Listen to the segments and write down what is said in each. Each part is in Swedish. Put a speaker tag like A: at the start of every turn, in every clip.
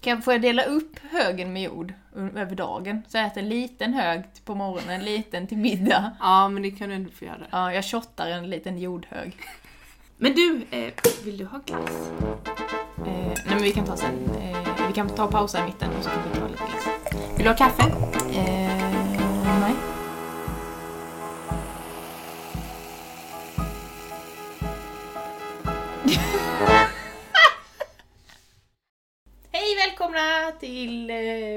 A: Kan, får jag dela upp högen med jord un- över dagen? Så jag äter en liten hög till- på morgonen, en liten till middag.
B: Ja, men det kan du ändå få göra.
A: Ja, jag shottar en liten jordhög.
B: Men du, eh, vill du ha glass?
A: Eh, nej men vi kan ta sen. Eh, vi kan ta pausa i mitten och så kan vi ta lite glass.
B: Vill du ha kaffe?
A: Eh, nej. Hej välkomna till eh,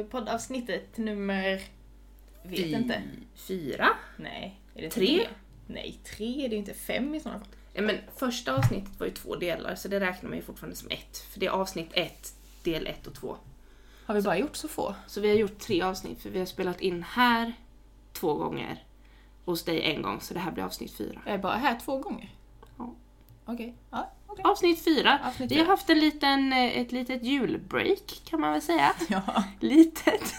A: poddavsnittet nummer... Vet inte.
B: Fyra?
A: Nej. Är det
B: Tre?
A: Nej, tre. Det är inte fem i sådana fall.
B: Ja, men första avsnittet var ju två delar, så det räknar man ju fortfarande som ett. För det är avsnitt ett, del ett och två.
A: Har vi bara gjort så få?
B: Så vi har gjort tre avsnitt, för vi har spelat in här två gånger. och Hos dig en gång, så det här blir avsnitt fyra.
A: Jag är bara här två gånger.
B: Ja.
A: Okej. Ja, okej.
B: Avsnitt fyra!
A: Avsnitt
B: Vi har
A: fyra.
B: haft en liten, eh, ett litet julbreak kan man väl säga.
A: Ja.
B: Litet.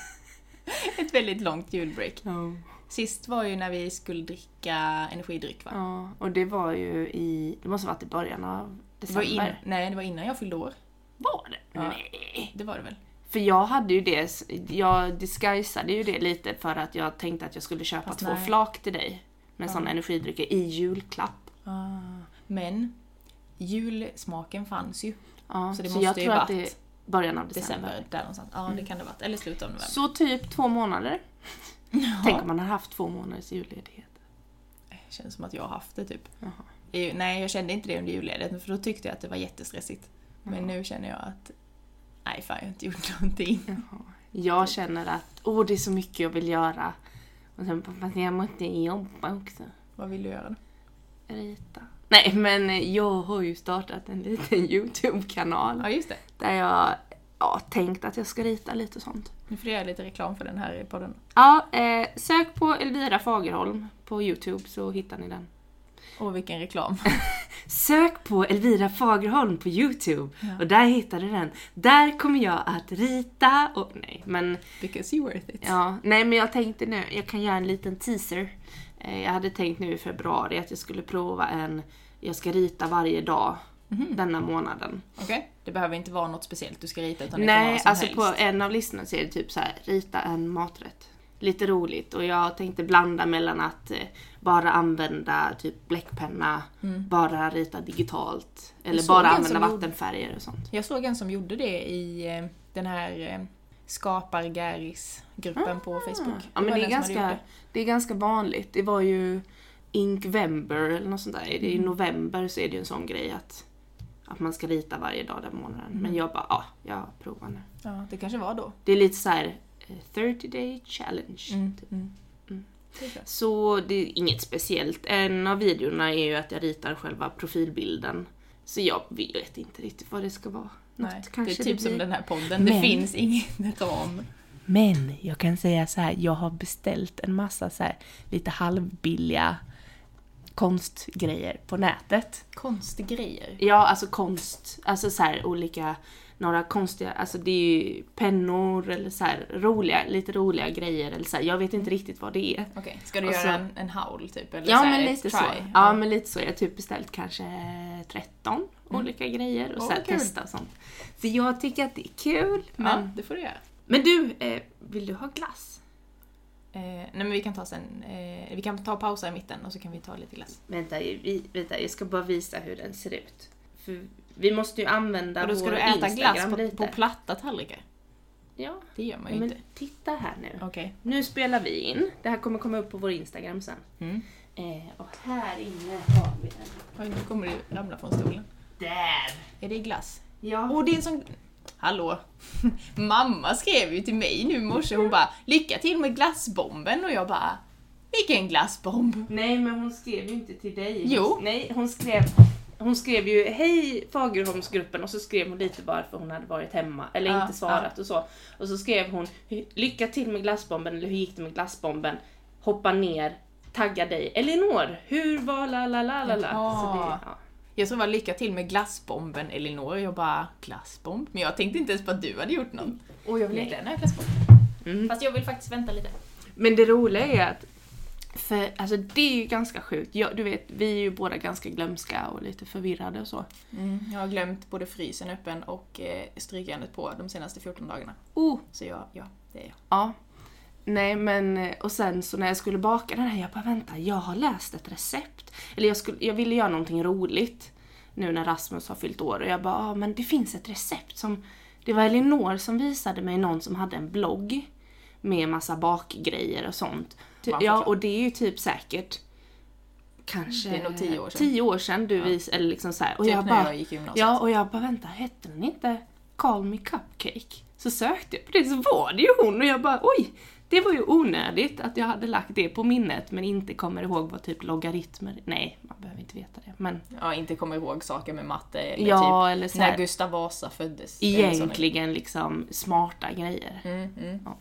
A: Ett väldigt långt julbreak.
B: Ja.
A: Sist var ju när vi skulle dricka energidryck va?
B: Ja, och det var ju i, det måste ha varit i början av
A: Det var,
B: december.
A: in, nej, det var innan jag fyllde år.
B: Var det?
A: Ja.
B: Nej.
A: Det var det väl?
B: För jag hade ju det, jag disguisade ju det lite för att jag tänkte att jag skulle köpa
A: Fast
B: två
A: nej.
B: flak till dig med
A: Ja. Ah.
B: sådana energidrycker i julklapp.
A: Men julsmaken fanns ju.
B: Ja,
A: Så det måste ju varit
B: är början av december. Mm.
A: december, där någonstans. Ja, det kan det ha varit. Eller slutet av november.
B: Så typ två månader. Tänk om man har haft två månaders julledighet.
A: Det känns som att jag har haft det typ.
B: Jaha.
A: Eh, Nej, jag kände inte det under julledigheten för då tyckte jag att det var jättestressigt. Men nu känner jag att nej fan, jag har inte gjort någonting. Typ.
B: Jag känner att åh det är så mycket jag vill göra. Och sen fast jag måste jobba också.
A: Vad vill du göra då?
B: Rita. Nej men eh, jag har ju startat en liten YouTube-kanal.
A: Ja, just det.
B: Där jag ja, tänkt att jag ska rita lite och sånt.
A: Nu får jag göra lite reklam för den här podden.
B: Ja, eh, sök på Elvira Fagerholm på Youtube så hittar ni den.
A: Åh, vilken reklam.
B: Sök på Elvira Fagerholm på Youtube och där hittar du den. Där kommer jag att rita och nej men
A: Because you're worth it.
B: ja, nej men jag tänkte nu, jag kan göra en liten teaser. Eh, jag hade tänkt nu i februari att jag skulle prova en, jag ska rita varje dag
A: Mhm.
B: denna månaden.
A: Okej? Det behöver inte vara något speciellt du ska rita utan det kan vara
B: Nej,
A: vad som
B: alltså
A: helst.
B: på en av listorna så är det typ så här, rita en maträtt. Lite roligt och jag tänkte blanda mellan att eh, bara använda typ bläckpenna,
A: Mm.
B: bara rita digitalt eller
A: såg
B: bara
A: en
B: använda
A: som gjorde-
B: vattenfärger och sånt.
A: Jag såg en som gjorde det i eh, den här eh, skapar Garris gruppen på Facebook.
B: Ah. Ja, men
A: var
B: det är,
A: den som hade
B: ganska,
A: gjort
B: det är ganska vanligt. Det var ju Inkvember eller något sånt där. Det är
A: Mm.
B: I november så är det ju en sån grej att, att man ska rita varje dag den månaden.
A: Mm.
B: Men jag bara, ja, jag provar nu.
A: det. Ja, det kanske var då.
B: Det är lite så här eh, 30 day challenge.
A: Mm.
B: Typ.
A: Mm.
B: Mm.
A: Det är klart.
B: Så det är inget speciellt. En av videorna är ju att jag ritar själva profilbilden. Så jag vet inte riktigt vad det ska vara. Mm. Något
A: Nej, det är
B: kanske
A: typ
B: det,
A: som
B: blir.
A: den här podden, det
B: Men-
A: finns ingen ram.
B: Men jag kan säga så här, jag har beställt en massa så här lite halvbilliga konstgrejer på nätet.
A: Konstgrejer.
B: Ja, alltså konst, alltså så här olika, några konstiga, alltså det är ju pennor eller så här roliga, lite roliga grejer eller så här, jag vet inte riktigt vad det är.
A: Okej, ska du
B: Och
A: göra
B: så-
A: en, en howl typ? Eller
B: Alltså- Ja
A: så här
B: men
A: ett
B: lite
A: try?
B: så. Ja,
A: Ja.
B: men lite så. Jag har typ beställt kanske 13 olika grejer och
A: Mm. Åh,
B: så här
A: vad kul.
B: testa och sånt. Så jag tycker att det är kul. Men,
A: ja, det får du göra.
B: men du, eh, vill du ha glass?
A: Eh, nej men vi kan ta sen, eh, vi kan ta pausa i mitten och så kan vi ta lite glass.
B: Vänta, vi, vänta, jag ska bara visa hur den ser ut. För vi måste ju använda
A: Och då ska
B: vår
A: du äta
B: Instagram
A: glass på,
B: lite.
A: på platta tallrikar?
B: ja,
A: Det gör man ju
B: men
A: inte.
B: titta här nu.
A: Okej.
B: Nu spelar vi in. Det här kommer komma upp på vår Instagram sen.
A: Mm.
B: Eh, och här inne har vi den.
A: Oj, nu kommer du ramla från stolen.
B: Där!
A: Är det glass?
B: Ja.
A: Och det är en sån... Hallå! Mamma skrev ju till mig nu i morse, hon bara Lycka till med glassbomben och jag bara Vilken glassbomb!
B: Nej, men hon skrev ju inte till dig.
A: Jo.
B: Nej, hon skrev, hon skrev ju hej Fagerholmsgruppen och så skrev hon lite varför hon hade varit hemma eller
A: Ja,
B: inte svarat och så. Och så skrev hon lycka till med glassbomben eller hur gick det med glassbomben? Hoppa ner, tagga dig. Elinor, hur var la la la la la?
A: Jaha.
B: Så det- ja.
A: Jag tror det var lycka till med glassbomben Elinor och jag bara glassbomb? Men jag tänkte inte ens på att du hade gjort någon. Och jag vill
B: Nej.
A: inte den här glassbomben.
B: Mm.
A: Fast jag vill faktiskt vänta lite.
B: Men det roliga är att För alltså det är ju ganska sjukt. Jag, du vet, vi är ju båda ganska glömska och lite förvirrade och så.
A: Mm, jag har glömt både frysen öppen och eh, strykjärnet på de senaste 14 dagarna.
B: Oh,
A: Så jag, ja, det är jag.
B: Ja. Nej men eh, och sen så när jag skulle baka den här, jag bara vänta, jag har läst ett recept. Eller jag, skulle, jag ville göra någonting roligt nu när Rasmus har fyllt år och jag bara, ah, men det finns ett recept som, det var Elinor som visade mig någon som hade en blogg med massa bakgrejer och sånt. Ty,
A: Man får
B: ja
A: klart.
B: och det är ju typ säkert kanske
A: Det är nog tio år sedan.
B: tio år sedan du visade, eller liksom så här. Och
A: Typ
B: jag
A: när
B: bara,
A: jag gick i gymnasiet.
B: Ja och jag bara vänta, hette den inte Call Me Cupcake? Så sökte jag på det så var det ju hon och jag bara oj! Det var ju onödigt att jag hade lagt det på minnet men inte kommer ihåg vad typ logaritmer, nej man behöver inte veta det men
A: Ja, inte kommer ihåg saker med matte eller
B: Ja,
A: typ
B: eller så
A: när
B: här-
A: Gustav Vasa föddes. Det är liksom en sån-
B: egentligen liksom smarta grejer.
A: Mm, mm.
B: Ja.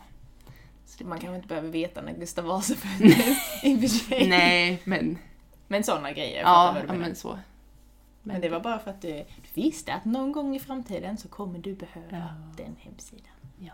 B: Så det-
A: Man kanske inte behöver veta när Gustav Vasa föddes i och för sig.
B: Nej men
A: Men sådana grejer. jag fattar
B: ja,
A: vad du
B: ja
A: menar.
B: men så.
A: men det var bara för att du, du visste att någon gång i framtiden så kommer du behöva den hemsidan.
B: Ja.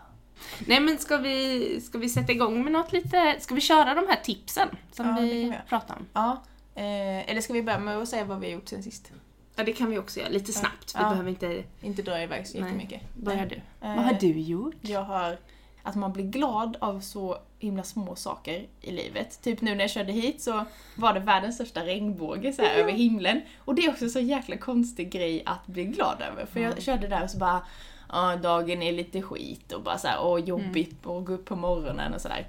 B: Nej men ska vi, ska vi sätta igång med något lite, ska vi köra de här tipsen som
A: Ja, det kan vi
B: vi
A: göra.
B: pratade om?
A: Ja, eh, eller ska vi börja med att säga vad vi har gjort sen sist?
B: Ja det kan vi också göra, lite snabbt, vi
A: Ja.
B: behöver inte
A: Inte dra iväg så
B: Nej.
A: jättemycket.
B: Börjar du?
A: Eh,
B: Vad har du gjort?
A: Jag har att man blir glad av så himla små saker i livet. Typ nu när jag körde hit så var det världens största regnbåge så här, över himlen. Och det är också så jäkla konstig grej att bli glad över. För jag körde där och så bara, "Ah, dagen är lite skit och bara så här, åh jobbigt att gå upp på morgonen och sådär.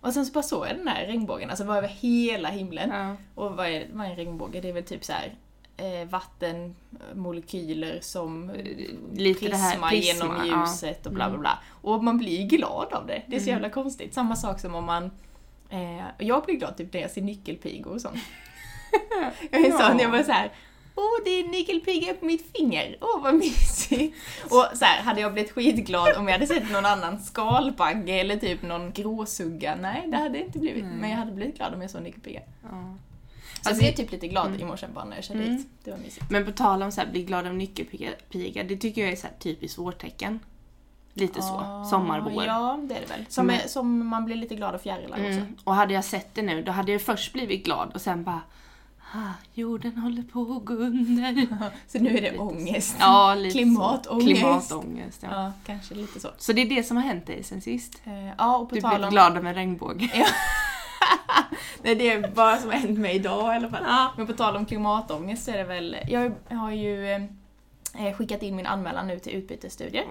A: Och sen så bara såg jag den här regnbågen, alltså var över hela himlen.
B: Ja.
A: Och vad är, vad är en regnbåge? Det är väl typ så här eh, vattenmolekyler som eh,
B: Lite
A: prisma,
B: det här prisma, Mm.
A: genom ljuset och bla bla bla. Och man blir glad av det. Det är så jävla konstigt. Samma sak som om man... Eh, jag blir glad typ när jag ser nyckelpigor och sånt. jag är sån,
B: Ja.
A: jag bara så här. Åh, det är en nyckelpiga på mitt finger! Åh, vad mysigt! Och så här, hade jag blivit skitglad om jag hade sett någon annan skalbagge eller typ någon gråsugga? Nej, det hade jag inte blivit. Men jag hade blivit glad om jag såg en nyckelpiga.
B: Ja. Ja.
A: Så
B: Alltså, Mm.
A: jag blev typ lite glad i morse bara när jag körde hit. Det var mysigt.
B: Men på tal om så här, bli glad av nyckelpiga, piga, det tycker jag är så här typiskt vårtecken. Lite
A: Ah,
B: så, sommarvår.
A: Ja, det är det väl. Som, är, som man blir lite glad av fjärilar också.
B: Mm. Och hade jag sett det nu, då hade jag först blivit glad och sen bara ah, jorden håller på att gå under.
A: Så nu är det ångest.
B: Ja, lite så.
A: Klimatångest.
B: Klimatångest, ja.
A: Ja, kanske lite så.
B: Så det är det som har hänt dig sen sist.
A: Eh, Ja, och på
B: Du
A: tal
B: blev
A: om...
B: glad av en regnbåge.
A: Nej, det är bara som har hänt mig idag i alla fall. Men på tal om klimatångest så är det väl... Jag har ju eh, skickat in min anmälan nu till utbytesstudier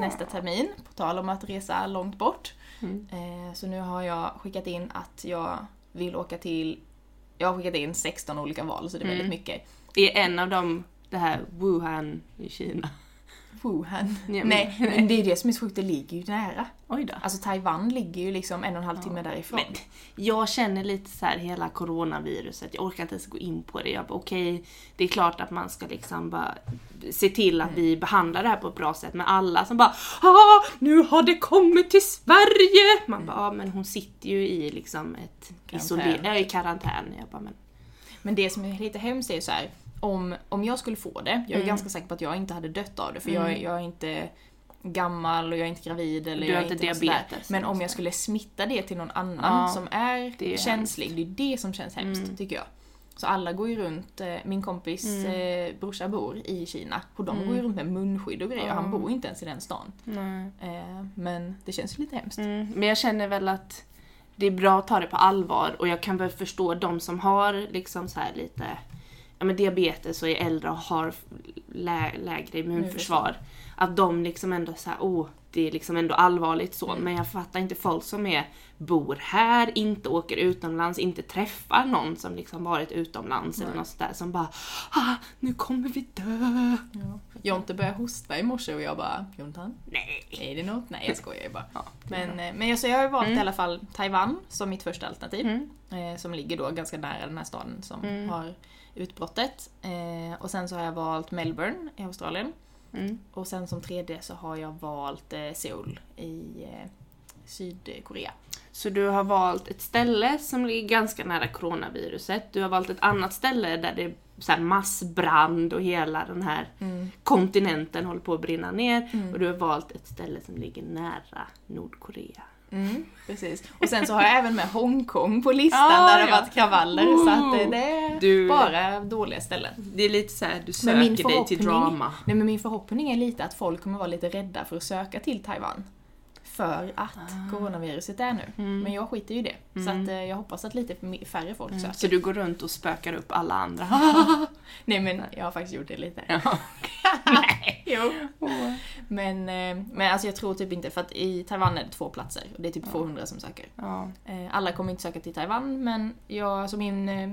A: nästa termin. På tal om att resa långt bort.
B: Mm.
A: Eh, Så nu har jag skickat in att jag vill åka till... Jag har skickat in 16 olika val så det är väldigt
B: Mm.
A: mycket.
B: Det är en av dem, det här Wuhan i Kina.
A: Wuhan.
B: men-
A: Nej, men det är det som är så sjukt, det ligger ju nära.
B: Oj då.
A: Alltså Taiwan ligger ju liksom en och en halv timme därifrån.
B: Men jag känner lite så här hela coronaviruset, jag orkar inte ens gå in på det. Jag bara okej, det är klart att man ska liksom bara se till att vi behandlar det här på ett bra sätt. Men alla som bara ah, nu har det kommit till Sverige! Man bara ah, men hon sitter ju i liksom ett
A: Karantän.
B: isolerat, äh, i karantän. Jag bara men
A: Men det som är lite hemskt är ju så här, om, om jag skulle få det,
B: Mm.
A: jag är ganska säker på att jag inte hade dött av det för jag, är- jag är inte gammal och jag är inte gravid eller
B: Du har
A: jag är
B: inte
A: något sådär.
B: diabetes.
A: Men om jag skulle smitta det till någon annan
B: Ja,
A: som är,
B: det är Mm.
A: känslig, det är det som känns hemskt tycker jag. Så alla går ju runt, eh, min kompis
B: Mm.
A: eh, brorsa bor i Kina och de går ju runt med munskydd och grejer och han bor inte ens i den stan. Eh, men det känns ju lite hemskt.
B: Mm, men jag känner väl att det är bra att ta det på allvar och jag kan väl förstå de som har liksom så här lite ja, men diabetes och är äldre och har lä- lägre immunförsvar. Att de liksom ändå så här, oh, det är liksom ändå allvarligt så. Men jag fattar inte folk som är, bor här, inte åker utomlands, inte träffar någon som liksom varit utomlands eller något sånt där som bara ah, nu kommer vi dö.
A: Jonte började hosta i morse och jag bara Jontan,
B: Nej.
A: är det något? Nej jag skojar ju bara.
B: Ja,
A: Men, eh, men alltså jag har ju valt i alla fall Taiwan som mitt första alternativ.
B: Mm,
A: Eh, som ligger då ganska nära den här staden som har utbrottet. Eh, och sen så har jag valt Melbourne i Australien.
B: Mm.
A: Och sen som tredje så har jag valt eh, Seoul i eh, Sydkorea.
B: Så du har valt ett ställe som ligger ganska nära coronaviruset. Du har valt ett annat ställe där det är så här massbrand och hela den här
A: Mm.
B: kontinenten håller på att brinna ner.
A: Mm.
B: Och du har valt ett ställe som ligger nära Nordkorea.
A: Mm, precis. Och sen så har jag även med Hongkong på listan
B: Ja,
A: där det
B: ja.
A: har varit kravaller. Så att eh, det är
B: Du-
A: bara dåliga ställen.
B: Det är lite så här, du
A: Men min
B: söker dig till
A: förhoppning-
B: drama.
A: Nej men min förhoppning är lite att folk kommer vara lite rädda för att söka till Taiwan. För att
B: Ah.
A: coronaviruset är
B: Mm.
A: nu. Men jag skiter ju i det. Så att eh, jag hoppas att lite mi- färre folk söker.
B: Mm. Så du går runt och spökar upp alla andra.
A: Nej men jag har faktiskt gjort det lite.
B: Ja.
A: Nej. jo.
B: Åh.
A: Men, eh, men alltså jag tror typ inte, för att i Taiwan är det två platser. Och det är typ 200 som söker.
B: Ja.
A: Eh, Alla kommer inte söka till Taiwan men jag, alltså min, eh,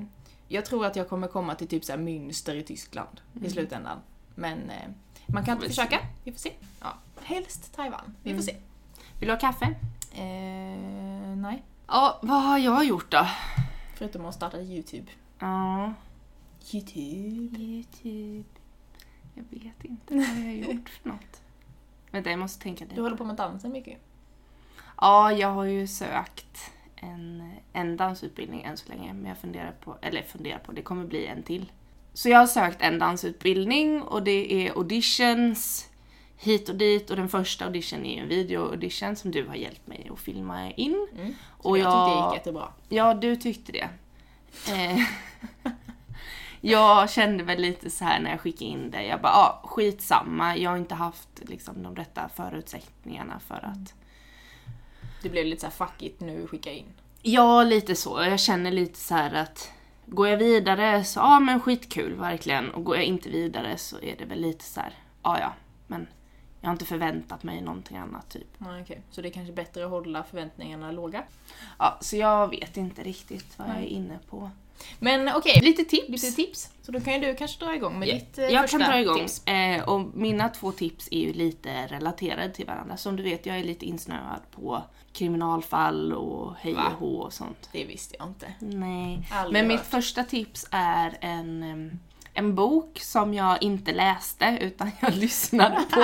A: jag tror att jag kommer komma till typ så här Münster i Tyskland i slutändan. Men eh, man kan alltid
B: Får Mm. Mm. vi
A: försöka. Vi får se. Ja. Helst Taiwan. Vi får se.
B: Vill du ha kaffe?
A: Eh, nej.
B: Ja, vad har jag gjort då?
A: Förutom att starta YouTube.
B: Ja,
A: YouTube.
B: Youtube. Jag vet inte vad jag har gjort för något. Vänta, jag måste tänka
A: Du
B: lite.
A: håller på med dansen mycket.
B: Ja, jag har ju sökt en, en dansutbildning än så länge, men jag funderar på, eller funderar på, det kommer bli en till. Så jag har sökt en dansutbildning och det är auditions hit och dit och den första auditionen är ju en video-audition som du har hjälpt mig att filma in.
A: Mm. Så
B: Och
A: jag tyckte det
B: jag-
A: gick jättebra.
B: Ja, du tyckte det. Eh, jag kände väl lite så här när jag skickade in det, jag bara ah, skitsamma, jag har inte haft liksom, de rätta förutsättningarna för att...
A: Mm. Det blev lite så här fuck it, nu skicka in.
B: Ja, lite så. Jag känner lite så här att går jag vidare så ja ah, men skitkul verkligen och går jag inte vidare så är det väl lite så här, ja ah, ja, men jag har inte förväntat mig någonting annat typ.
A: Nej, okej. Så det är kanske bättre att hålla förväntningarna låga.
B: Ja, så jag vet inte riktigt vad jag är
A: Nej.
B: inne på.
A: Men okej,
B: Lite tips!
A: lite tips. Så då kan ju du kanske dra igång med
B: Ja,
A: ditt eh,
B: jag
A: första
B: kan dra igång.
A: tips.
B: Eh, och mina två tips är ju lite relaterade till varandra. Som du vet, jag är lite insnöad på kriminalfall och hej
A: Va?
B: och hå och sånt.
A: Det visste jag inte.
B: Nej.
A: Aldrig
B: Men mitt
A: hört.
B: första tips är en, em, en bok som jag inte läste utan jag lyssnade på.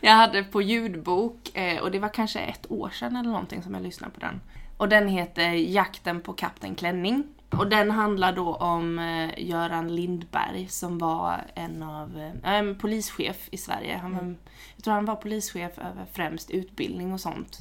B: jag hade på ljudbok eh, och det var kanske ett år sedan eller någonting som jag lyssnade på den. Och den heter Jakten på Kapten Klänning. Och den handlar då om eh, Göran Lindberg som var en av, eh, en polischef i Sverige. Han var, Jag tror han var polischef över främst utbildning och sånt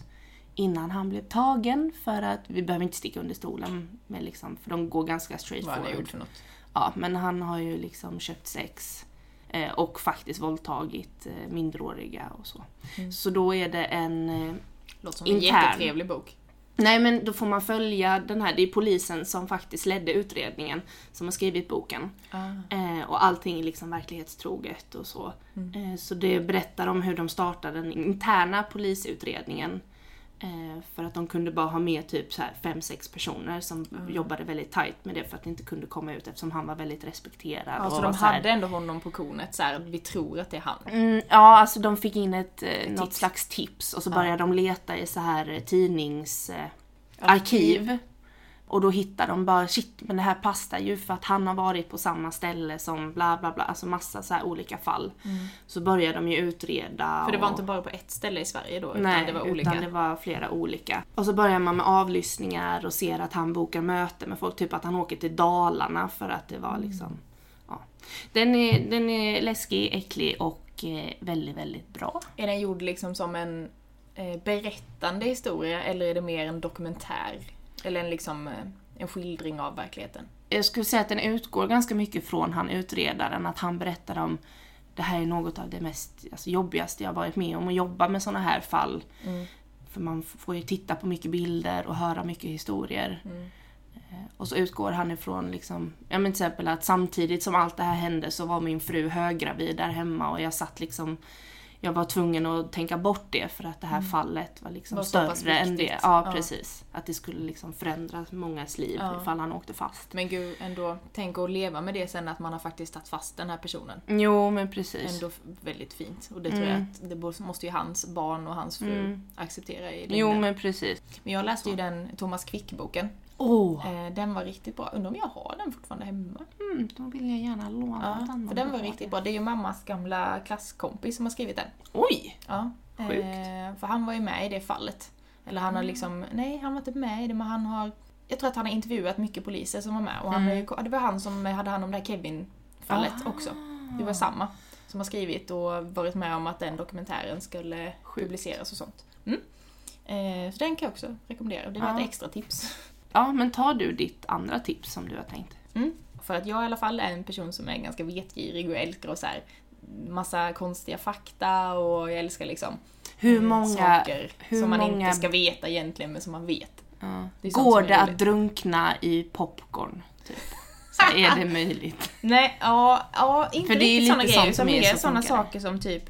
B: innan han blev tagen för att vi behöver inte sticka under stolen med liksom, för de går ganska straight
A: Vad han har
B: forward.
A: gjort för något.
B: Ja, men han har ju liksom köpt sex eh, och faktiskt våldtagit eh, minderåriga och så.
A: Mm.
B: Så då är det en eh,
A: Låter som en
B: Intern.
A: jättetrevlig bok.
B: Nej men då får man följa den här, det är polisen som faktiskt ledde utredningen som har skrivit boken.
A: Ah.
B: Eh, och allting är liksom verklighetstroget och så.
A: Mm.
B: Eh, så det berättar om hur de startade den interna polisutredningen. Eh, för att de kunde bara ha med typ så här fem sex personer som
A: Mm.
B: jobbade väldigt tajt med det för att det inte kunde komma ut eftersom han var väldigt respekterad.
A: Ja,
B: och
A: så
B: var
A: de
B: så här-
A: hade ändå honom på kornet, så här, vi tror att det är han.
B: Mm, ja, alltså de fick in ett, eh, något
A: tips.
B: slags tips och så började de leta i så här eh, tidningsarkiv. Eh, arkiv. och då hittade de bara shit, men det här passar ju för att han har varit på samma ställe som bla bla bla, alltså massa så här olika fall. Så började de ju utreda.
A: Mm. För det var
B: och-
A: inte bara på ett ställe i Sverige då, utan
B: Nej,
A: det var olika.
B: utan det var flera olika. Och så börjar man med avlyssningar och ser att han bokar möte med folk, typ att han åker till Dalarna för att det var
A: Mm.
B: liksom... Ja. Den, är, den är läskig, äcklig och eh, väldigt, väldigt bra.
A: Är den gjord liksom som en eh, berättande historia, eller är det mer en dokumentär? Eller en, liksom, eh, en skildring av verkligheten?
B: Jag skulle säga att den utgår ganska mycket från han utredaren, att han berättar om det här är något av det mest alltså, jobbigaste jag varit med om att jobba med sådana här fall.
A: Mm.
B: För man f- får ju titta på mycket bilder och höra mycket historier.
A: Mm.
B: Eh, Och så utgår han ifrån liksom, ja men till exempel att samtidigt som allt det här hände så var min fru höggravid där hemma och jag satt liksom jag var tvungen att tänka bort det för att det här fallet var liksom
A: Mm. Var så pass
B: större än det.
A: viktigt.
B: Ja,
A: Ja.
B: precis. Att det skulle liksom förändra mångas liv
A: Ja.
B: ifall han åkte fast.
A: Men gud, ändå, tänk att leva med det sen att man har faktiskt tagit fast den här personen.
B: Jo, men precis.
A: Ändå f- väldigt fint. Och det tror jag att det bo- måste ju hans barn och hans fru acceptera i
B: Jo,
A: längden.
B: men precis.
A: Men jag läste ju den Thomas Quick-boken.
B: Åh!
A: Eh, Den var riktigt bra. Undrar om jag har den fortfarande hemma?
B: Mm, då vill jag gärna låna
A: Ja,
B: den.
A: för den var riktigt bra. Det är ju mammas gamla klasskompis som har skrivit den.
B: Oj!
A: Ja.
B: Sjukt.
A: Eh, för han var ju med i det fallet. Eh, Eller han har liksom, nej han var inte med i det men han har, jag tror att han har intervjuat mycket poliser som var med och han
B: Mm.
A: har ju, det var han som hade hand om det här Kevin-fallet
B: Ah.
A: också. Det var samma som har skrivit och varit med om att den dokumentären skulle
B: Sjukt.
A: publiceras och sånt. Mm. Eh, så den kan jag också rekommendera, det var
B: Ja.
A: ett extra tips.
B: Ja, men tar du ditt andra tips som du har tänkt?
A: Mm. För att jag i alla fall är en person som är ganska vetgirig och älskar och så här massa konstiga fakta och jag älskar liksom
B: Hur
A: eh,
B: många...
A: saker
B: hur
A: som man
B: många-
A: inte ska veta egentligen men som man vet.
B: Ja.
A: Det är sånt
B: Går
A: som är
B: det att
A: roligt.
B: drunkna i popcorn? Typ? Så är det möjligt?
A: Nej, ja, ja inte
B: För det är ju
A: riktigt sådana
B: lite
A: grejer
B: sånt
A: utan
B: som är
A: mer
B: så
A: sådana
B: funkar det.
A: saker som typ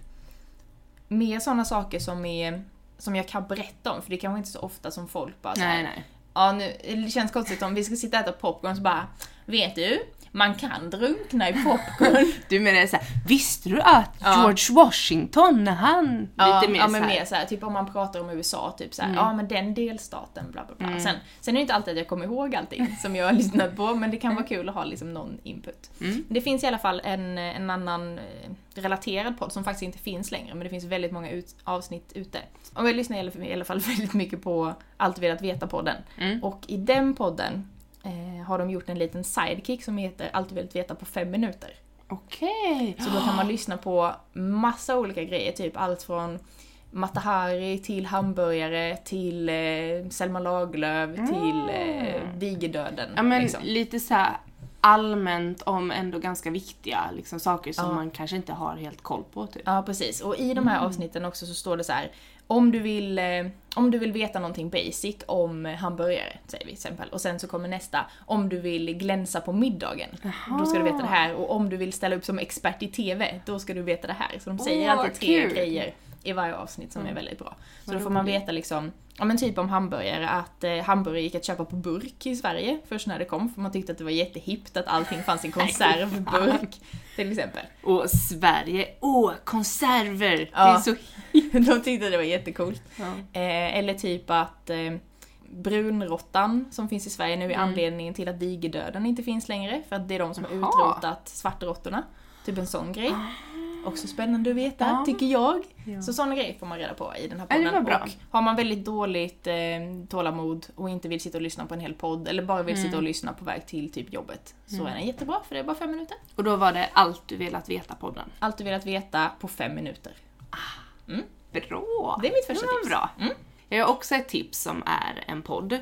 A: mer sådana saker som är som jag kan berätta om för det är kanske inte så ofta som folk bara så här,
B: Nej, nej.
A: Ja, nu, det känns konstigt om vi ska sitta och äta popcorn så bara Vet du? Man kan drunkna i popcorn.
B: Du menar såhär, visste du att
A: Ja.
B: George Washington när han...
A: ja,
B: lite mer
A: ja,
B: så
A: men
B: här.
A: mer så här, typ om man pratar om USA, typ så här,
B: Mm.
A: ja men den delstaten, bla bla bla. Sen, sen är det inte alltid att jag kommer ihåg allting som jag har lyssnat på, men det kan vara kul att ha liksom någon input.
B: Mm.
A: Det finns i alla fall en, en annan eh, relaterad podd som faktiskt inte finns längre, men det finns väldigt många ut, avsnitt ute. Och jag lyssnar i alla- i alla fall väldigt mycket på Allt du velat veta-podden.
B: Mm.
A: Och i den podden eh, har de gjort en liten sidekick som heter Allt du vill veta på fem minuter.
B: Okej.
A: Så då kan man lyssna på massa olika grejer, typ allt från Matahari till hamburgare till eh, Selma Lagerlöf till eh, digerdöden.
B: Mm. Ja men
A: liksom.
B: lite så här allmänt om ändå ganska viktiga liksom, saker som
A: Ja.
B: man kanske inte har helt koll på typ. Mm.
A: Ja precis, och i de här avsnitten också så står det så här om du, vill, eh, om du vill veta någonting basic om eh, hamburgare, säger vi till exempel. Och sen så kommer nästa, om du vill glänsa på middagen, då ska du veta det här. Och om du vill ställa upp som expert i TV, då ska du veta det här. Så de säger
B: Åh,
A: alltid tre
B: kul. Mm.
A: grejer i varje avsnitt som är väldigt bra. Så
B: Vad
A: då får man
B: roligt.
A: veta liksom, ja men typ om hamburgare, att eh, hamburgare gick att köpa på burk i Sverige först när det kom. För man tyckte att det var jättehippt att allting fanns i konservburk, till exempel.
B: Och Sverige, åh konserver! Det är
A: Ja.
B: så...
A: De tyckte det var jättecoolt.
B: Ja.
A: Eh, eller typ att eh, brunrottan som finns i Sverige nu är anledningen till att digerdöden inte finns längre. För att det är de som har
B: Mm. Jaha.
A: utrotat svartrottorna. Typ en sån grej. Också spännande att veta,
B: Ah. Ja.
A: tycker jag.
B: Ja.
A: Så såna grejer får man reda på i den här
B: Ja, det
A: podden.
B: var bra.
A: Och har man väldigt dåligt eh, tålamod och inte vill sitta och lyssna på en hel podd eller bara vill
B: Mm.
A: sitta och lyssna på väg till typ jobbet så är den jättebra för det är bara fem minuter.
B: Och då var det allt du velat veta-podden.
A: Allt du velat veta på fem minuter.
B: Bra!
A: Det är mitt första
B: Det var
A: tips.
B: Bra.
A: Mm.
B: Jag har också ett tips som är en podd.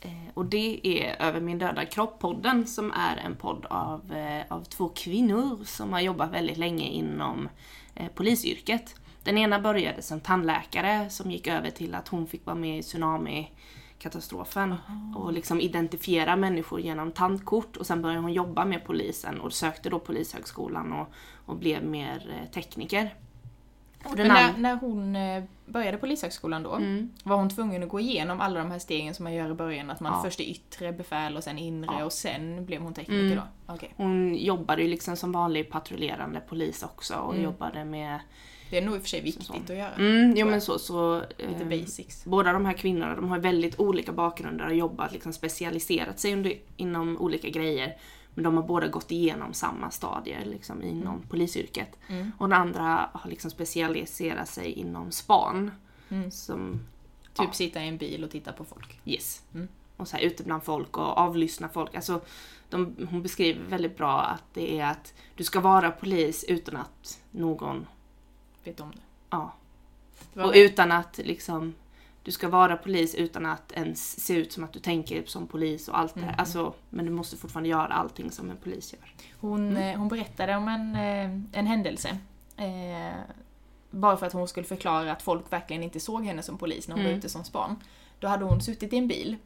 B: Eh, Och det är Över min döda kropp-podden som är en podd av, eh, av två kvinnor som har jobbat väldigt länge inom eh, polisyrket. Den ena började som tandläkare som gick över till att hon fick vara med i tsunamikatastrofen och liksom identifiera människor genom tandkort och sen började hon jobba med polisen och sökte då polishögskolan och, och blev mer eh, tekniker.
A: Men
B: Och den Mm.
A: när,
B: an-
A: när hon eh, började på Polishögskolan då, var hon tvungen att gå igenom alla de här stegen som man gör i början? Att man
B: Ja.
A: först är yttre befäl och sen inre och sen blev hon tekniker
B: Mm.
A: då? Okej.
B: Hon jobbade ju liksom som vanlig patrullerande polis också och
A: Mm.
B: jobbade med...
A: Det är nog i och för sig viktigt
B: Så, så.
A: att göra.
B: Mm, jo men så, så
A: Lite
B: eh,
A: basics.
B: båda de här kvinnorna de har väldigt olika bakgrunder och jobbat, liksom specialiserat sig under, inom olika grejer. Men de har båda gått igenom samma stadier liksom, inom polisyrket.
A: Mm.
B: Och den andra har liksom specialiserat sig inom span.
A: Mm.
B: Som,
A: Typ
B: Ja.
A: sitta i en bil och titta på folk.
B: yes.
A: Mm.
B: Och så här, ute bland folk och avlyssna folk. Alltså, de, hon beskriver väldigt bra att det är att du ska vara polis utan att någon
A: Vet du om det?
B: Ja.
A: det var
B: Och
A: väl-
B: utan att liksom, du ska vara polis utan att ens se ut som att du tänker som polis och allt det här. Alltså, men du måste fortfarande göra allting som en polis gör.
A: Hon,
B: Mm.
A: eh, hon berättade om en, eh, en händelse. Eh, bara för att hon skulle förklara att folk verkligen inte såg henne som polis när hon
B: Mm.
A: var ute som span. Då hade hon suttit i en bil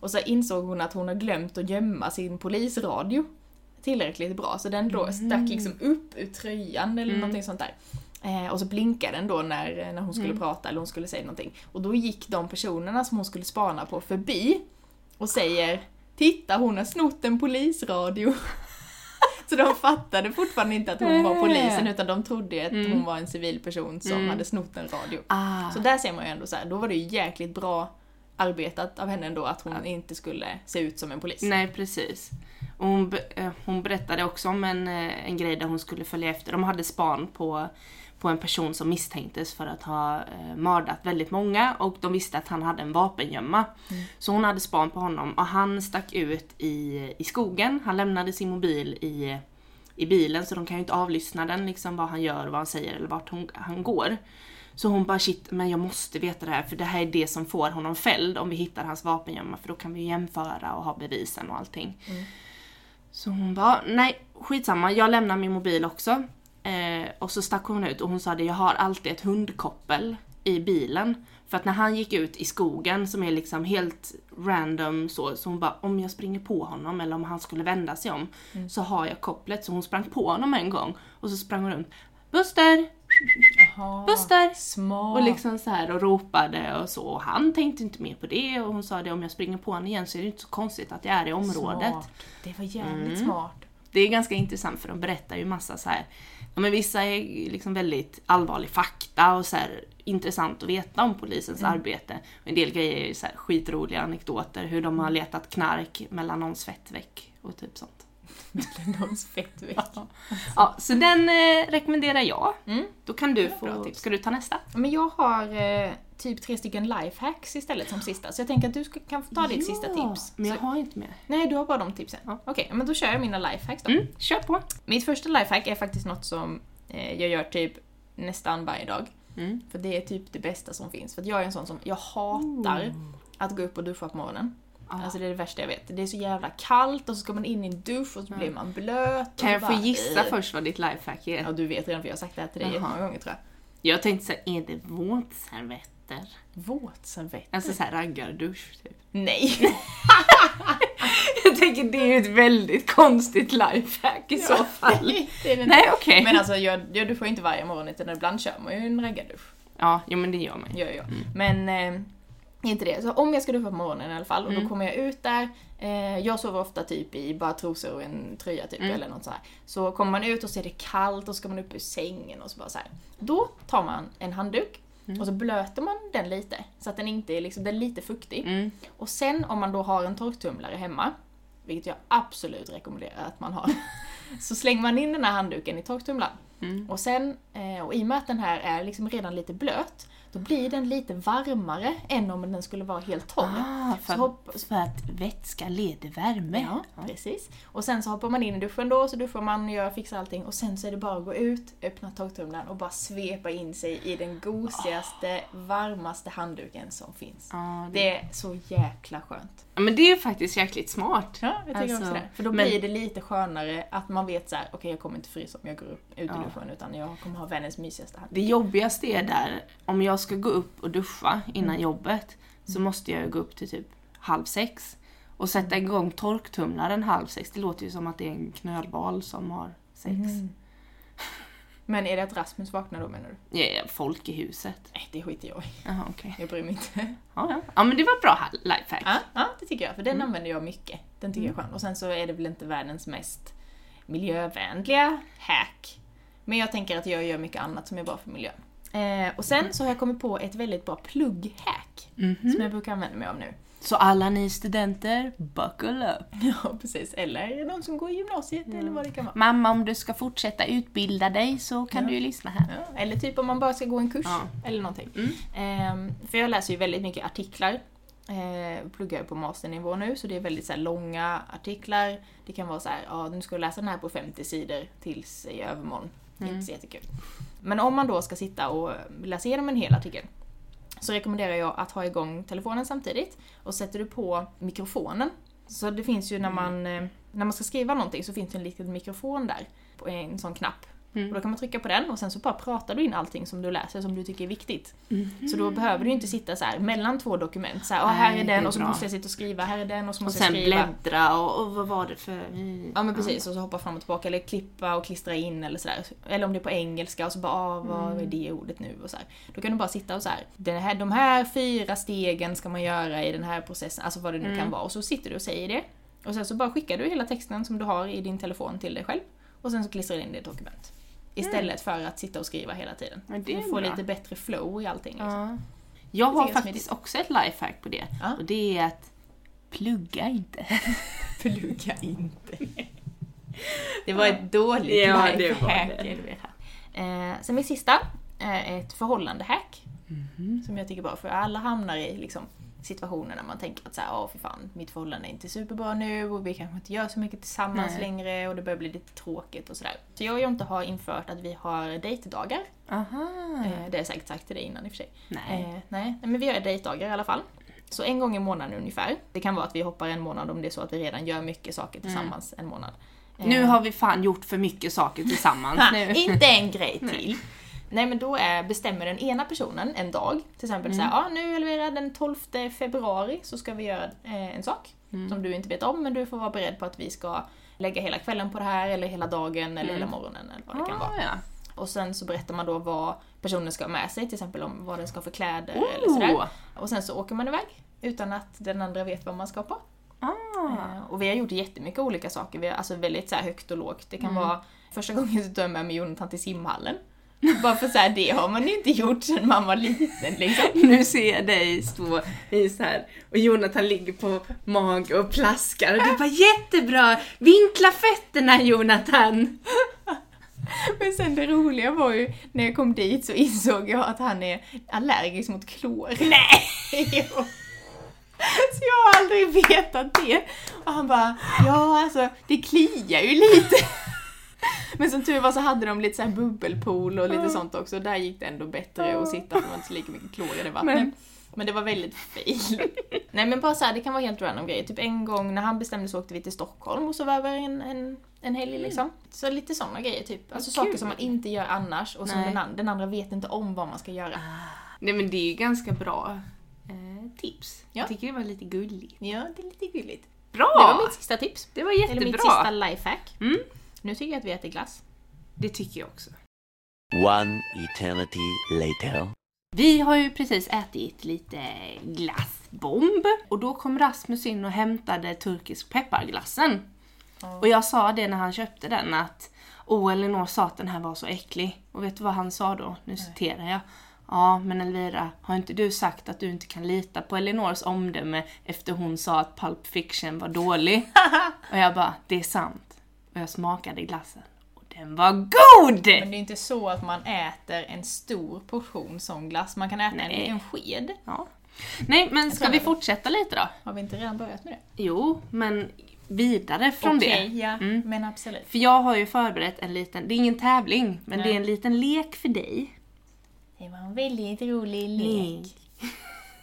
A: Och så insåg hon att hon har glömt att gömma sin polisradio tillräckligt bra. Så den då stack liksom upp ur tröjan eller någonting sånt där. Eh, och så blinkade den då när, när hon skulle prata eller hon skulle säga någonting. Och då gick de personerna som hon skulle spana på förbi och säger Titta hon har snott en polisradio. så de fattade fortfarande inte att hon var polisen utan de trodde ju att hon var en civil person som hade snott en radio.
B: Ah.
A: Så där ser man ju ändå så här, då var det ju jäkligt bra arbetat av henne ändå att hon inte skulle se ut som en polis.
B: Nej, precis. Och hon, be- eh, hon berättade också om en, eh, en grej där hon skulle följa efter. De hade span på, på en person som misstänktes för att ha eh, mördat väldigt många och de visste att han hade en vapengömma. Så hon hade span på honom och han stack ut i, i skogen. Han lämnade sin mobil i, i bilen så de kan ju inte avlyssna den liksom vad han gör, vad han säger eller vart hon, han går. Så hon bara shit, men jag måste veta det här för det här är det som får honom fälld om vi hittar hans vapengömma för då kan vi ju jämföra och ha bevisen och allting. Så hon bara, nej skitsamma, jag lämnar min mobil också. Eh, och så stack hon ut och hon sa det, jag har alltid ett hundkoppel i bilen. För att när han gick ut i skogen som är liksom helt random så, så hon bara om jag springer på honom eller om han skulle vända sig om så har jag kopplet. Så hon sprang på honom en gång och så sprang hon runt. Buster!
A: Jaha.
B: Buster!
A: Smart.
B: Och liksom så här och ropade och så och han tänkte inte mer på det och hon sa det om jag springer på honom igen så är det inte så konstigt att jag är i området.
A: Smart. Det var
B: Mm.
A: jävligt smart.
B: Det är ganska intressant för de berättar ju massa så här, ja, men vissa är liksom väldigt allvarlig fakta och så här, intressant att veta om polisens arbete. Och en del grejer är ju så här, skitroliga anekdoter, hur de har letat knark mellan någons fettväck och typ sånt.
A: Mellan någons fettväck.
B: Ja, så den eh, rekommenderar jag.
A: Mm.
B: Då kan du
A: Det var bra
B: få,
A: tips.
B: ska du ta nästa?
A: Ja, Men jag har eh, typ tre stycken lifehacks istället som sista, så jag tänker att du ska, kan få ta ditt sista tips.
B: Men jag
A: Så,
B: har inte mer.
A: nej, du har bara de tipsen.
B: Ja.
A: Okej, men då kör jag mina lifehacks då.
B: Mm, kör på.
A: Mitt första lifehack är faktiskt något som eh, jag gör typ nästan varje dag.
B: Mm.
A: För det är typ det bästa som finns. För att jag är en sån som, jag hatar att gå upp och duscha på morgonen.
B: Ja.
A: Alltså det är det värsta jag vet. Det är så jävla kallt och så ska man in i en dusch och så blir man blöt. och
B: Kan jag få
A: bara,
B: gissa
A: eh.
B: först vad ditt lifehack är?
A: Ja, du vet redan för jag har sagt det här till dig
B: Jaha.
A: jättemånga gånger tror jag.
B: Jag tänkte såhär, är det våtservetter?
A: Våtservett?
B: Alltså såhär raggardusch typ.
A: Nej!
B: Jag tänker det är ju ett väldigt konstigt lifehack i så fall.
A: Nej, det är det inte.
B: Nej okej.
A: Men alltså jag, jag duschar ju inte varje morgon utan ibland kör man ju en raggardusch.
B: Ja, jo men det gör man ju.
A: Gör jag. Men eh, inte det. Så om jag ska duscha på morgonen i alla fall och då kommer jag ut där. Eh, jag sover ofta typ i bara trosor och en tröja typ eller något så här. Så kommer man ut och så är det kallt och så ska man upp ur sängen och så bara så här. Då tar man en handduk och så blöter man den lite så att den inte är liksom, den är lite fuktig.
B: Mm.
A: Och sen om man då har en torktumlare hemma, vilket jag absolut rekommenderar att man har, så slänger man in den här handduken i torktumlaren.
B: Mm.
A: Och sen, eh, och i och med att den här är liksom redan lite blöt, då blir den lite varmare än om den skulle vara helt torr.
B: Ah,
A: Så hopp-
B: för att vätska leder värme.
A: Ja, precis. Och sen så hoppar man in i duschen då, så duschar man, gör, fixar allting och sen så är det bara att gå ut, öppna torktumlaren och bara svepa in sig i den gosigaste, varmaste handduken som finns.
B: Ja, det...
A: Ah, Det är så jäkla skönt.
B: Ja, men det är ju faktiskt jäkligt smart.
A: Ja, jag tycker
B: Alltså,
A: också det. För då
B: men-
A: blir det lite skönare att man vet så här: okej jag kommer inte frysa om jag går upp ut ur
B: Ja.
A: duschen utan jag kommer ha världens mysigaste hand.
B: Det jobbigaste är där, om jag ska gå upp och duscha innan jobbet så måste jag ju gå upp till typ halv sex och sätta igång torktumlaren halv sex. Det låter ju som att det är en knölval som har sex.
A: Mm. Men är det att Rasmus vaknar då menar du?
B: Ja, ja, folk i huset.
A: Nej, det skiter jag i.
B: Jaha, okej.
A: Jag bryr mig inte.
B: Ja, ja. ja, men det var ett bra ha- lifehack.
A: Ja, ja det tycker jag. För den använder jag mycket. Den tycker jag är skön. Och sen så är det väl inte världens mest miljövänliga hack. Men jag tänker att jag gör mycket annat som är bra för miljön. Eh, och sen så har jag kommit på ett väldigt bra plugg-hack. Som jag brukar använda mig av nu.
B: Mhm. Så alla ni studenter, buckle up!
A: Ja, precis. Eller någon som går i gymnasiet eller vad det kan vara.
B: Mamma, om du ska fortsätta utbilda dig så kan du ju lyssna här.
A: Ja, eller typ om man bara ska gå en kurs
B: Ja.
A: eller någonting. Ehm, för jag läser ju väldigt mycket artiklar. Eh, pluggar ju på masternivå nu så det är väldigt så här, långa artiklar. Det kan vara så här, ja nu ska du läsa den här på 50 sidor tills i övermorgon. Inte så jättekul. Men om man då ska sitta och läsa igenom en hel artikel så rekommenderar jag att ha igång telefonen samtidigt och sätter du på mikrofonen. Så det finns ju när
B: Mm.
A: man, eh, när man ska skriva någonting så finns det en liten mikrofon där, på en sån knapp.
B: Mm.
A: Och då kan man trycka på den och sen så bara pratar du in allting som du läser som du tycker är viktigt. Så då behöver du inte sitta så här mellan två dokument, så här, "Ah, här
B: Mm-hmm. Nej,
A: är
B: det
A: den
B: är
A: och så
B: bra.
A: måste jag sitta och skriva, här är den och så
B: Och
A: måste
B: sen
A: jag skriva.
B: bläddra och, och vad var det för...
A: Ja men precis, och så hoppa fram och tillbaka eller klippa och klistra in eller sådär. Eller om det är på engelska och så bara ah, vad
B: Mm.
A: är det ordet nu och så här. Då kan du bara sitta och så här, den här, de här fyra stegen ska man göra i den här processen, alltså vad det nu
B: Mm.
A: kan vara. Och så sitter du och säger det. Och sen så bara skickar du hela texten som du har i din telefon till dig själv. Och sen så klistrar du in det i ett dokument. Istället för att sitta och skriva hela tiden.
B: Mm. Ja, det
A: du
B: är
A: får
B: bra.
A: lite bättre flow i allting. Liksom.
B: Ja. Jag har
A: tycker jag är
B: faktiskt också ett lifehack på det.
A: Ja.
B: Och det är att plugga inte.
A: Plugga inte. Det var ett dåligt
B: Ja, det
A: lifehack,
B: var det.
A: eller vad det. Eh, sen min sista eh, är ett förhållande-hack. Som jag tycker är bra, för alla hamnar i liksom, situationer när man tänker att så här, "Åh, för fan, mitt förhållande är inte superbra nu och vi kanske inte gör så mycket tillsammans
B: Nej.
A: längre och det börjar bli lite tråkigt och sådär. Så jag och Jonte har infört att vi har dejtdagar.
B: Aha.
A: Eh, det har jag säkert sagt till dig innan i och för sig.
B: Nej.
A: Eh, nej, men vi gör dejtdagar i alla fall. Så en gång i månaden ungefär. Det kan vara att vi hoppar en månad om det är så att vi redan gör mycket saker tillsammans en månad. Eh,
B: Mm. Nu har vi fan gjort för mycket saker tillsammans.
A: ha,
B: nu.
A: Inte en grej till. Nej men då är, bestämmer den ena personen en dag, till exempel så
B: Mm.
A: här, ah, nu Elvira den 12 februari så ska vi göra eh, en sak
B: Mm.
A: som du inte vet om men du får vara beredd på att vi ska lägga hela kvällen på det här eller hela dagen eller hela morgonen eller vad det kan vara.
B: Mm. Ah, ja.
A: Och sen så berättar man då vad personen ska ha med sig, till exempel om vad den ska ha för kläder eller
B: Oh.
A: sådär. Och sen så åker man iväg utan att den andra vet vad man ska på.
B: Ah.
A: Eh, Och vi har gjort jättemycket olika saker, vi har, alltså väldigt så här högt och lågt. Det kan vara första gången så tog jag med mig Jonathan till simhallen. Bara för så här, det har man ju inte gjort sedan man var liten liksom.
B: Nu ser jag dig stå i så här och Jonathan ligger på mag och plaskar och du bara jättebra! Vinkla fötterna Jonathan!
A: Men sen det roliga var ju, när jag kom dit så insåg jag att han är allergisk mot klor. Nej! jo. Så jag har aldrig vetat det. Och han bara, ja alltså det kliar ju lite. Men som tur var så hade de lite så här bubbelpool och lite sånt också. Där gick det ändå bättre att sitta för det var inte så lika mycket klor i det vattnet.
B: Men-
A: Men, det var väldigt fail. Nej men bara så här, det kan vara helt random grejer. Typ en gång när han bestämde så åkte vi till Stockholm och så var vi en, en, en helg liksom. Så lite sådana grejer typ. Alltså
B: Vad
A: saker
B: kul.
A: som man inte gör annars och som
B: Nej.
A: den, an- den andra vet inte om vad man ska göra.
B: Ah. Nej men det är ju ganska bra eh, tips.
A: Ja.
B: Jag tycker det var lite gulligt.
A: Ja, det är lite gulligt.
B: Bra!
A: Det var mitt sista tips.
B: det var
A: Eller mitt
B: jättebra!
A: sista lifehack.
B: Mm.
A: Nu tycker jag att vi äter glass.
B: Det tycker jag också.
C: One eternity later.
B: Vi har ju precis ätit lite glassbomb och då kom Rasmus in och hämtade turkisk pepparglassen. Och jag sa det när han köpte den att Åh Elinor sa att den här var så äcklig. Och vet du vad han sa då? Nu citerar jag. Ja men Elvira, har inte du sagt att du inte kan lita på Elinors omdöme efter hon sa att Pulp Fiction var dålig? och jag bara, det är sant. Och jag smakade glassen och den var god!
A: Men det är inte så att man äter en stor portion som glass. Man kan äta en
B: Nej.
A: liten sked.
B: Ja. Nej men ska
A: tror
B: vi
A: det.
B: fortsätta lite då?
A: Har vi inte redan börjat med det?
B: Jo, men vidare från
A: Okej,
B: det.
A: ja. Men absolut.
B: För jag har ju förberett en liten, det är ingen tävling, men
A: Nej.
B: det är en liten lek för dig.
A: Det var en väldigt rolig lek.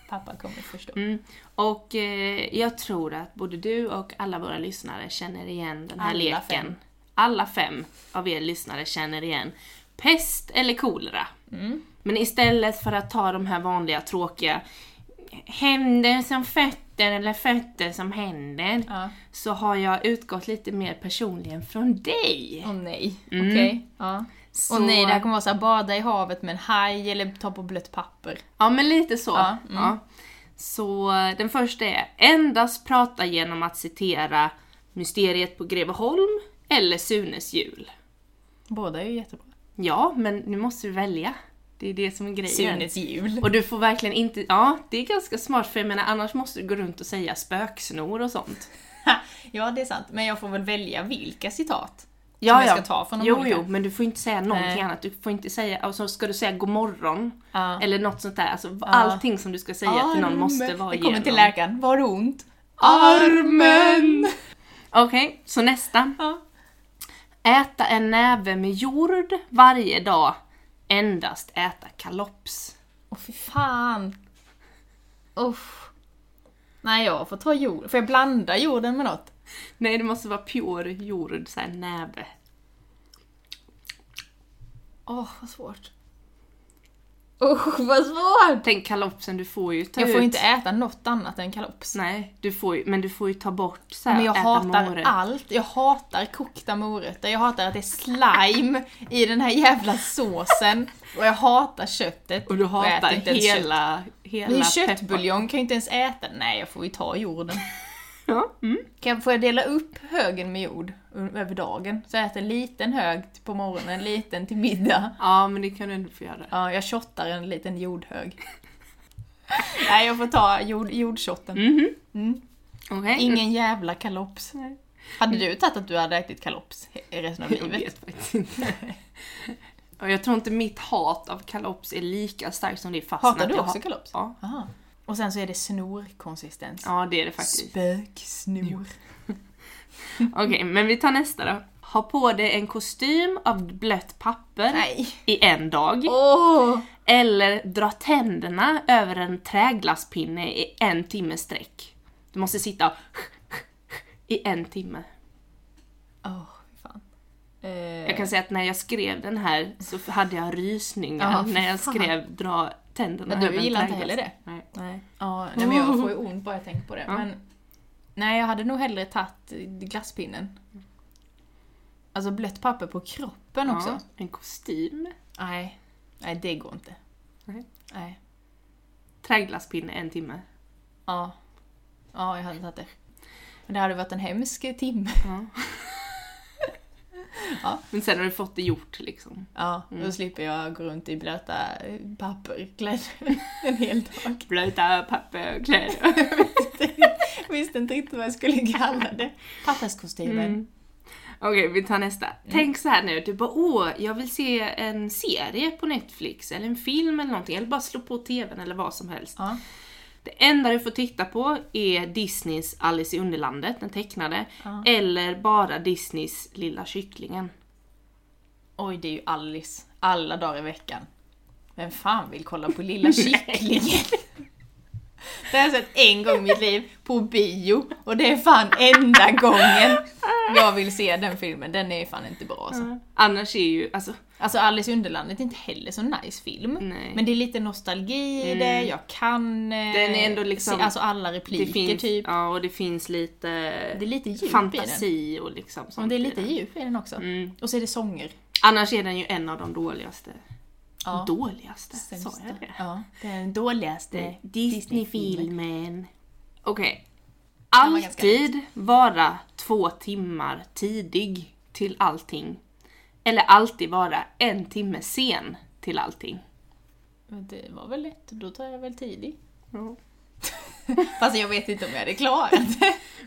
A: Pappa kommer förstå.
B: Mm. Och eh, jag tror att både du och alla våra lyssnare känner igen den här
A: Alla
B: leken.
A: fem.
B: Alla fem av er lyssnare känner igen pest eller kolera.
A: Mm.
B: Men istället för att ta de här vanliga tråkiga händer som fötter eller fötter som händer
A: Ja.
B: så har jag utgått lite mer personligen från dig.
A: Åh nej.
B: Mm.
A: Okej. Ja.
B: Så-
A: Åh nej, det här kommer vara såhär, bada i havet med en haj eller ta på blött papper.
B: Ja, men lite så.
A: Ja,
B: Ja,
A: mm.
B: Så eh, den första är endast prata genom att citera Mysteriet på Greveholm eller Sunes jul.
A: Båda är ju jättebra.
B: Ja, men nu måste du välja. Det är det som är grejen.
A: Sunes jul.
B: Och du får verkligen inte... Ja, det är ganska smart för jag menar annars måste du gå runt och säga spöksnor och sånt.
A: ja, det är sant. Men jag får väl välja vilka citat.
B: Ja,
A: jag
B: ja.
A: ska ta från de
B: jo,
A: olika.
B: jo, men du får inte säga någonting
A: Nej.
B: annat. Du får inte säga... Och så ska du säga god morgon
A: Ja.
B: Eller något sånt där. Alltså, Allting som du ska säga till någon
A: Armen.
B: måste vara
A: Det kommer till
B: genom-
A: läkaren. Var det ont?
B: Armen! Okej, så nästa.
A: Ja.
B: Äta en näve med jord varje dag. Endast äta kalops.
A: Åh fy fan. Usch. Nej, jag får ta jord. Får jag blanda jorden med något?
B: Nej, det måste vara pure jord, såhär näve.
A: Åh, vad svårt. Usch, vad svårt!
B: Tänk kalopsen, du får ju ta
A: Jag
B: ut...
A: får inte äta något annat än kalops.
B: Nej, du får ju, men du får ju ta bort såhär
A: Men jag hatar
B: morötter.
A: allt. Jag hatar kokta morötter. Jag hatar att det är slime i den här jävla såsen. Och jag hatar köttet.
B: Och du
A: jag
B: hatar
A: äter inte ens kött.
B: hela... hela
A: Men
B: peppar-
A: köttbuljong kan jag inte ens äta. Nej, jag får ju ta jorden.
B: Ja, mm.
A: Kan, jag- får jag dela upp högen med jord ö- över dagen? Så jag äter en liten hög till- på morgonen, en liten till middag.
B: ja, men det kan du ändå få göra.
A: Ja, jag shottar en liten jordhög. Nej, jag får ta jord, jordshotten.
B: Okej?
A: Ingen jävla kalops.
B: Nej.
A: Hade du tagit att du hade ätit kalops he- resten av
B: Jag
A: livet?
B: vet faktiskt inte. Och jag tror inte mitt hat av kalops är lika starkt som det är fast
A: Hatar
B: att
A: du
B: jag
A: också
B: ha-
A: kalops?
B: Ja.
A: Aha. Och sen så är det snorkonsistens.
B: ja, det är det faktiskt.
A: Spöksnor.
B: Okej, men vi tar nästa då. Ha på dig en kostym av blött papper
A: Nej.
B: i en dag.
A: Åh!
B: Eller dra tänderna över en träglasspinne i en timme sträck. Du måste sitta och i en timme.
A: Åh, fy fan. Eh,
B: Jag kan säga att när jag skrev den här så hade jag rysningar
A: Ja, fy
B: när jag
A: fan.
B: skrev dra tänderna
A: Ja, du
B: över en
A: gillar inte
B: träglass-
A: heller
B: alltså. Nej.
A: Nej. Ja, nej men jag får ju ont bara jag tänker på det.
B: Ja.
A: Men, nej, jag hade nog hellre tagit eh, glasspinnen. Alltså blött papper på kroppen också.
B: Ja, en kostym.
A: Nej. nej, det går inte.
B: Nej.
A: Nej.
B: Träglasspinne en timme.
A: Ja. ja, jag hade tagit det. Men det hade varit en hemsk timme.
B: Men sen har du fått det gjort liksom.
A: Ja, Mm. då slipper jag gå runt i blöta eh, papperkläder en hel dag.
B: Blöta papper och kläder.
A: Visste inte riktigt vad jag skulle kalla det. Papperskostymen.
B: Mm. Okej, vi tar nästa.
A: Mm.
B: Tänk så här nu, du bara åh, jag vill se en serie på Netflix eller en film eller någonting, eller bara slå på TVn eller vad som helst.
A: Ja.
B: Det enda du får titta på är Disneys Alice i Underlandet, den tecknade,
A: Ja.
B: eller bara Disneys Lilla Kycklingen.
A: Oj, det är ju Alice. Alla dagar i veckan. Vem fan vill kolla på Lilla Kycklingen? Det har jag sett en gång i mitt liv, på bio. Och det är fan enda gången jag vill se den filmen. Den är fan inte bra alltså.
B: Annars är ju, alltså,
A: Alltså Alice i Underlandet är inte heller så nice film.
B: Nej. Mm.
A: Men det är lite nostalgi i det, jag kan... eh,
B: Den är ändå liksom-
A: Alltså alla
B: det
A: repliker
B: finns,
A: typ.
B: ja, och det finns lite,
A: Det är lite djup i
B: fantasi och liksom
A: den. Och
B: sånt
A: det är
B: i
A: lite
B: den.
A: djup i den också.
B: Mm.
A: Och så är det sånger.
B: Annars är den ju en av de dåligaste.
A: Ja.
B: Dåligaste? Sa
A: Sämsta.
B: jag det? Mm.
A: Ja, den dåligaste
B: Disney-filmen. Okej.
A: Den var ganska
B: Alltid vara två timmar tidig till allting. Eller alltid vara en timme sen till allting.
A: Men det var väl lätt, då tar jag väl tidig. Fast jag vet inte om jag är klar.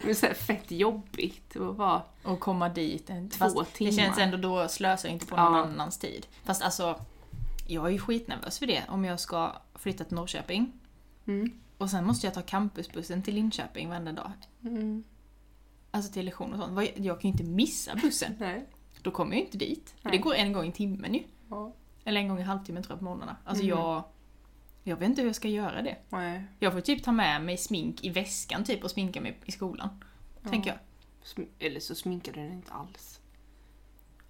B: Men så här fett jobbigt att vara...
A: Och komma dit en,
B: Två
A: fast
B: timmar.
A: Det känns ändå, då slösar jag inte på någon
B: Ja.
A: annans tid. Fast alltså, jag är ju skitnervös för det om jag ska flytta till Norrköping.
B: Mm.
A: Och sen måste jag ta campusbussen till Linköping varenda dag.
B: mm.
A: Alltså till lektion och sånt. Vad- Jag kan ju inte missa bussen.
B: Nej.
A: Då kommer jag ju inte dit. För det
B: Nej.
A: går en gång i timmen ju.
B: Ja.
A: Eller en gång i halvtimmen tror jag på morgnarna. Alltså
B: Mm.
A: jag... Jag vet inte hur jag ska göra det.
B: Nej.
A: Jag får typ ta med mig smink i väskan typ och sminka mig i skolan. Tänker jag.
B: Sm- Eller så sminkar du den inte alls.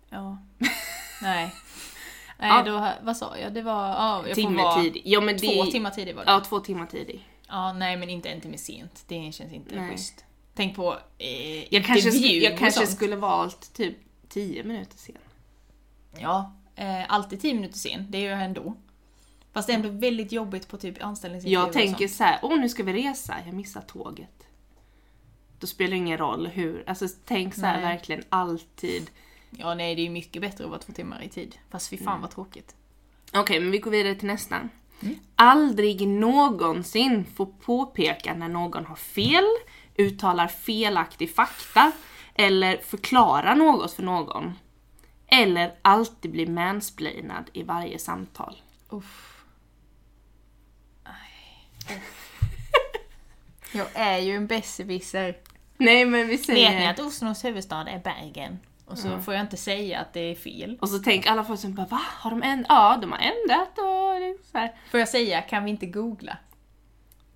A: Ja. Nej. Nej,
B: Ja.
A: då, vad sa jag? Det var... Ja, jag får
B: Timme
A: vara
B: tidig. Ja, men det...
A: Två timmar tidig var det. Ja.
B: Ja, två timmar tidig.
A: nej men inte en timme sent. Det känns inte
B: Nej.
A: schysst. Tänk på eh,
B: Jag kanske, sk-
A: intervjun
B: jag
A: och
B: kanske
A: sånt.
B: skulle valt typ tio minuter sen.
A: Ja, eh, alltid tio minuter sen. Det gör jag ändå. Fast det är ändå väldigt jobbigt på typ anställningsintervjuer
B: Jag
A: och
B: tänker
A: sånt.
B: så här, åh nu ska vi resa, jag missar tåget. Då spelar det ingen roll hur, alltså tänk så här
A: Nej.
B: verkligen alltid.
A: Ja, nej det är ju mycket bättre att vara två timmar i tid. Fast fy fan
B: Mm.
A: vad tråkigt.
B: Okej, men vi går vidare till nästa. Aldrig någonsin få påpeka när någon har fel, uttalar felaktig fakta eller förklarar något för någon. Eller alltid bli mansplainad i varje samtal.
A: Uff. Nej. jag är ju en besserwisser.
B: Nej men vi säger...
A: Vet ni att Oslos huvudstad är Bergen? Och så får jag inte säga att det är fel.
B: Och så tänker alla folk som bara va? Har de ändrat? Ja, de har ändrat och det är så här.
A: Får jag säga, kan vi inte googla?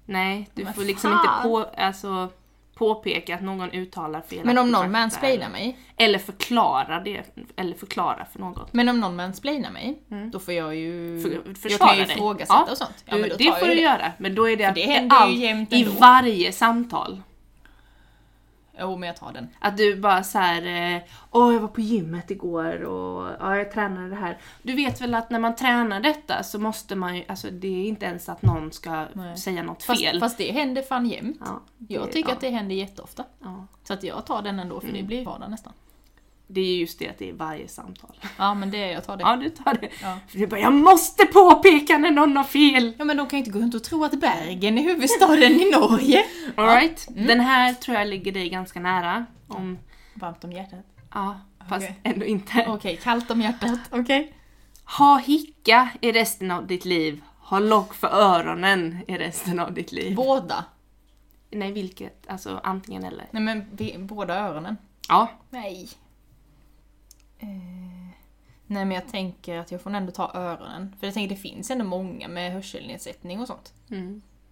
B: Nej, du
A: Men
B: får liksom
A: fan.
B: inte på, alltså, påpeka att någon uttalar fel.
A: Men om någon mansplainar mig,
B: Eller förklara det, eller förklara för något.
A: men om någon mansplainar mig, då får jag ju...
B: Mm. För,
A: Mm. jag
B: försvara
A: kan ju
B: dig.
A: ifrågasätta
B: Ja,
A: och sånt.
B: du,
A: då
B: det
A: tar
B: får
A: jag
B: du
A: ju
B: göra, men då är det,
A: För
B: att
A: det händer ju jämt
B: i
A: ändå.
B: varje samtal.
A: Jo, men jag tar den.
B: Att du bara så här, eh, åh jag var på gymmet igår och ja, jag tränade det här. Du vet väl att när man tränar detta så måste man ju, alltså det är inte ens att någon ska
A: Nej.
B: säga något
A: Fast,
B: fel.
A: fast det händer fan jämt.
B: ja,
A: Jag tycker
B: ja,
A: att det Mm. händer jätteofta.
B: ja.
A: Så att jag tar den ändå, för det blir vardag nästan.
B: Det är just det att det är varje samtal.
A: Ja, men det, jag tar det.
B: Ja, du tar det.
A: Ja.
B: För du bara, jag måste påpeka när någon har fel!
A: Ja men de kan ju inte gå runt och tro att Bergen är huvudstaden i Norge.
B: Alright,
A: Mm.
B: den här tror jag ligger dig ganska nära. Om,
A: Varmt om hjärtat.
B: ja, fast
A: Okej.
B: ändå inte.
A: Okej, kallt om hjärtat. Okej.
B: Ha hicka i resten av ditt liv. Ha lock för öronen i resten av ditt liv.
A: Båda.
B: Nej, vilket? Alltså antingen eller.
A: Nej men vi- båda öronen.
B: Ja.
A: Nej. Eh, nej men jag tänker att jag får ändå ta öronen. För jag tänker det finns ändå många med hörselnedsättning och sånt.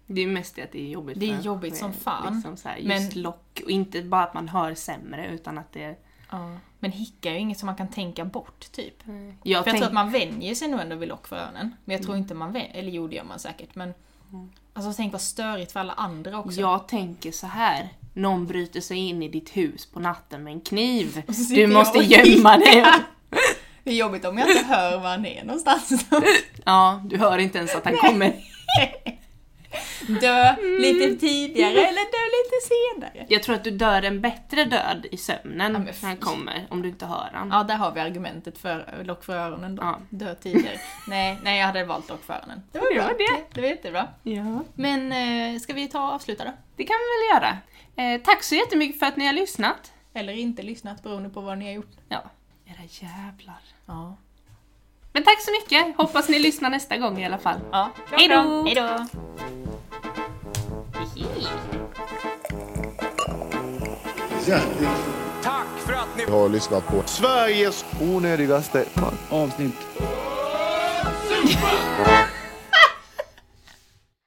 B: Det är ju mest det att det är jobbigt.
A: Det är
B: för-
A: jobbigt som fan.
B: Liksom så här, just
A: Men-
B: lock. Och inte bara att man hör sämre utan att det är...
A: Ja. Men hicka är ju inget som man kan tänka bort typ.
B: Jag,
A: för jag
B: tänk, Mm.
A: tror att man vänjer sig nog ändå vid lock för öronen. Men jag tror inte man vänjer, eller jo det gör man säkert men. Alltså tänk vad störigt för alla andra också.
B: jag tänker så här. Någon bryter sig in i ditt hus på natten med en kniv.
A: Och så sitter
B: Du
A: jag
B: måste
A: och
B: gömma dig.
A: Det är jobbigt om jag inte hör var han är någonstans.
B: Ja, du hör inte ens att han kommer.
A: dö
B: Mm.
A: lite tidigare eller dö lite senare.
B: Jag tror att du dör en bättre död i sömnen
A: men
B: när han
A: fy.
B: kommer, om du inte hör han.
A: Ja, där har vi argumentet för eh, lock för öronen då.
B: Ja.
A: Dö tidigare. nej, nej, jag hade valt lock för öronen. Det var
B: Det
A: bra.
B: var det.
A: Det var jättebra.
B: Ja.
A: Men eh, ska vi ta och avsluta då?
B: Det kan vi väl göra. Eh, tack så jättemycket för att ni har lyssnat.
A: Eller inte lyssnat beroende på vad ni har gjort.
B: Ja. Era jävlar.
A: Ja.
B: Men tack så mycket! Hoppas ni lyssnar nästa gång i alla fall.
A: ja.
B: Hej då!
A: Hej då!
D: har lyssnat på
E: Sveriges
F: onödigaste
E: avsnitt.